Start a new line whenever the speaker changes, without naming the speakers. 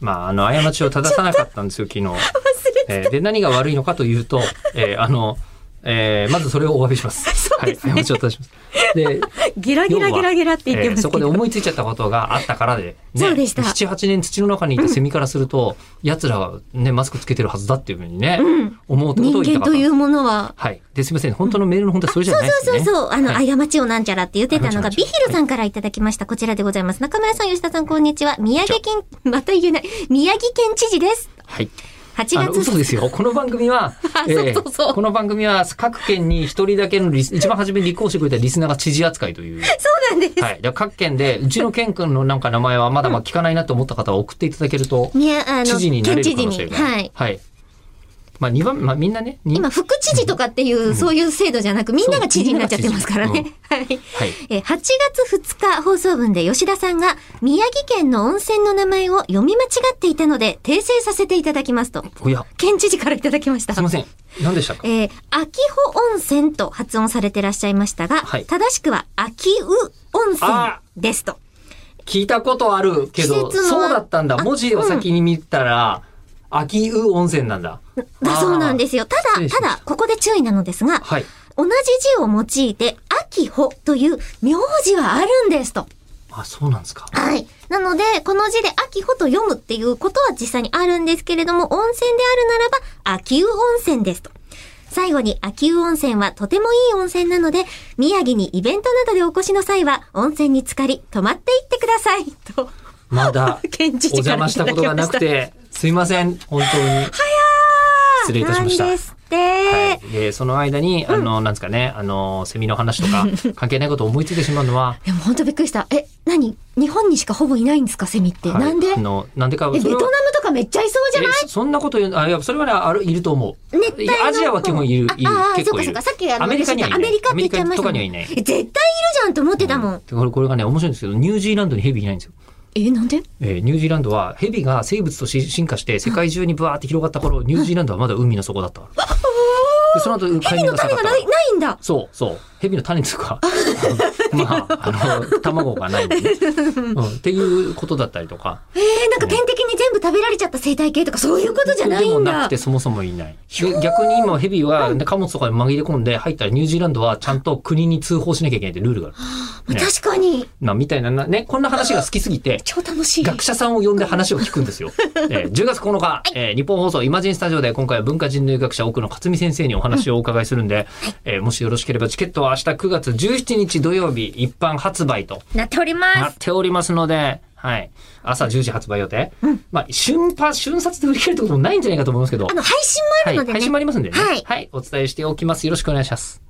まあ、あの、過ちを正さなかったんですよ、昨日。えーで、何が悪いのかというと、えーあの、えーまずそれをお詫びします。
そうですね
はい、過ちを正します。で、
ギラギラギラギラって言って
え
ま
ー
す
そ
け
こで
ど。
思いついちゃったことがあったからで、
そうでした
7、8年土の中にいたセミからすると、奴らはね、マスクつけてるはずだっていうふうにね、
うん
思うってことを言いた
人間
かっ
と
たん
い
です。
うものは、
はい。で、すみません。本当のメールの本当はそれじゃ
そう
ないです
そう
ね。
そうそう、あの、
はい
過ちをなんちゃらって言ってたのが、
過ちを
ビヒ
なんちゃら
ルさんからいただきました。こちらでございます。中村さん、吉田さん、こんにちは。宮城県、また言えない。宮城県知事です。
はい。
8
あの、
月
嘘ですよ。この番組は
あ、 そうそうそう
この番組は各県に一人だけのリス、一番初めに立候補してくれたリスナーが知事扱いという。
そうなんです。
はい。で各県で、うちの県君のなんか名前はまだまあ聞かないなと思った方は送っていただけると、
宮、あの、
知事になれ
県
る
知
可
事
能性
に。
が。
はい。
はい。まあ、二番、まあみんなね、に
今、副知事とかっていう、そういう制度じゃなく、みんなが知事になっちゃってますからね。 はい。
はい。
えー8月2日放送分で吉田さんが宮城県の温泉の名前を読み間違っていたので訂正させていただきますと、
おや、
県知事からいただきました
すい。ません。何でしたか
えー秋保温泉と発音されてらっしゃいましたが、
はい
正しくは秋う温泉ですと。
聞いたことあるけど、
季節の
そうだったんだ。
あ
文字を先に見たら、秋う温泉なんだ。
だそうなんですよ。た
失
だ、
礼しま
た
した
だ、ここで注意なのですが、
はい。
同じ字を用いて、秋穂という名字はあるんですと。
あ、そうなんですか。
はい。なので、この字で秋穂と読むっていうことは実際にあるんですけれども、温泉であるならば、秋保温泉ですと。最後に、秋保温泉はとてもいい温泉なので、宮城にイベントなどでお越しの際は、温泉に浸かり、泊まっていってください。と。
ま だ
県知
お
事か
邪
ら
魔
い
したこ
ただ
と
き
が
ま
な
した
く。 て、すいません。本当に。失礼いたしました。
なんですって。
はい、でその間に、あの、なんですかね、あの、セミの話とか、関係ないことを思いついてしまうのは、
でも本当びっくりした。え、何日本にしかほぼいないんですかセミって。
はい
なんでえ
あの、なんでか、
ベ
それ
ト
は
ナムとかめっちゃいそうじゃない
えそそんなこと言う、あ、いや、それはね、ある、いると思う。
熱帯の
いやアジアは基本いる、いる
ああ、
結
そう
構い
かそう
る
か。。さっきあの
アメリカにはいない
アメリカって言っちゃいましたもん
アメリカとかにはいない
絶対いるじゃんと思ってたもん。
でこれ、これがね、面白いんですけど、ニュージーランドにヘビいないんですよ。
え、なんで
えーニュージーランドは、ヘビが生物とし進化して、世界中にブワーって広がった頃、ニュージーランドはまだ海の底 だったから。でその後、海
蛇
面
の
が下
種
がったか
がな
ら
い、。ないんだ。
そうそう。蛇の種と か、あのまあ、あの、卵がないんでね、うん。っていうことだったりとか。
えー、なんか天敵に全部食べられちゃった生態系とかそういうことじゃない
でも
ん
なく
だ
て。そもそもいない。で逆に今ヘビは貨物とかに紛れ込んで入ったらニュージーランドはちゃんと国に通報しなきゃいけないってルールがある。ね
確かに、
まあみたいななね、こんな話が好きすぎて、
超楽しい。
学者さんを呼んで話を聞くん ですよ。えー10月9日、えー日本放送イマジンスタジオで今回は文化人類学者奥野克美先生にお話をお伺いするんで、えーもしよろしければチケットは明日9月17日土曜日一般発売と
なっております。
なっておりますので、はい。朝10時発売予定。まあ、瞬パ、瞬殺で売り切れるってこともないんじゃないかと思いますけど
あ。の、配信もあ
は
る
い。
のでね。
配信もありますんでね。
はい
お伝えしておきます。よろしくお願いします。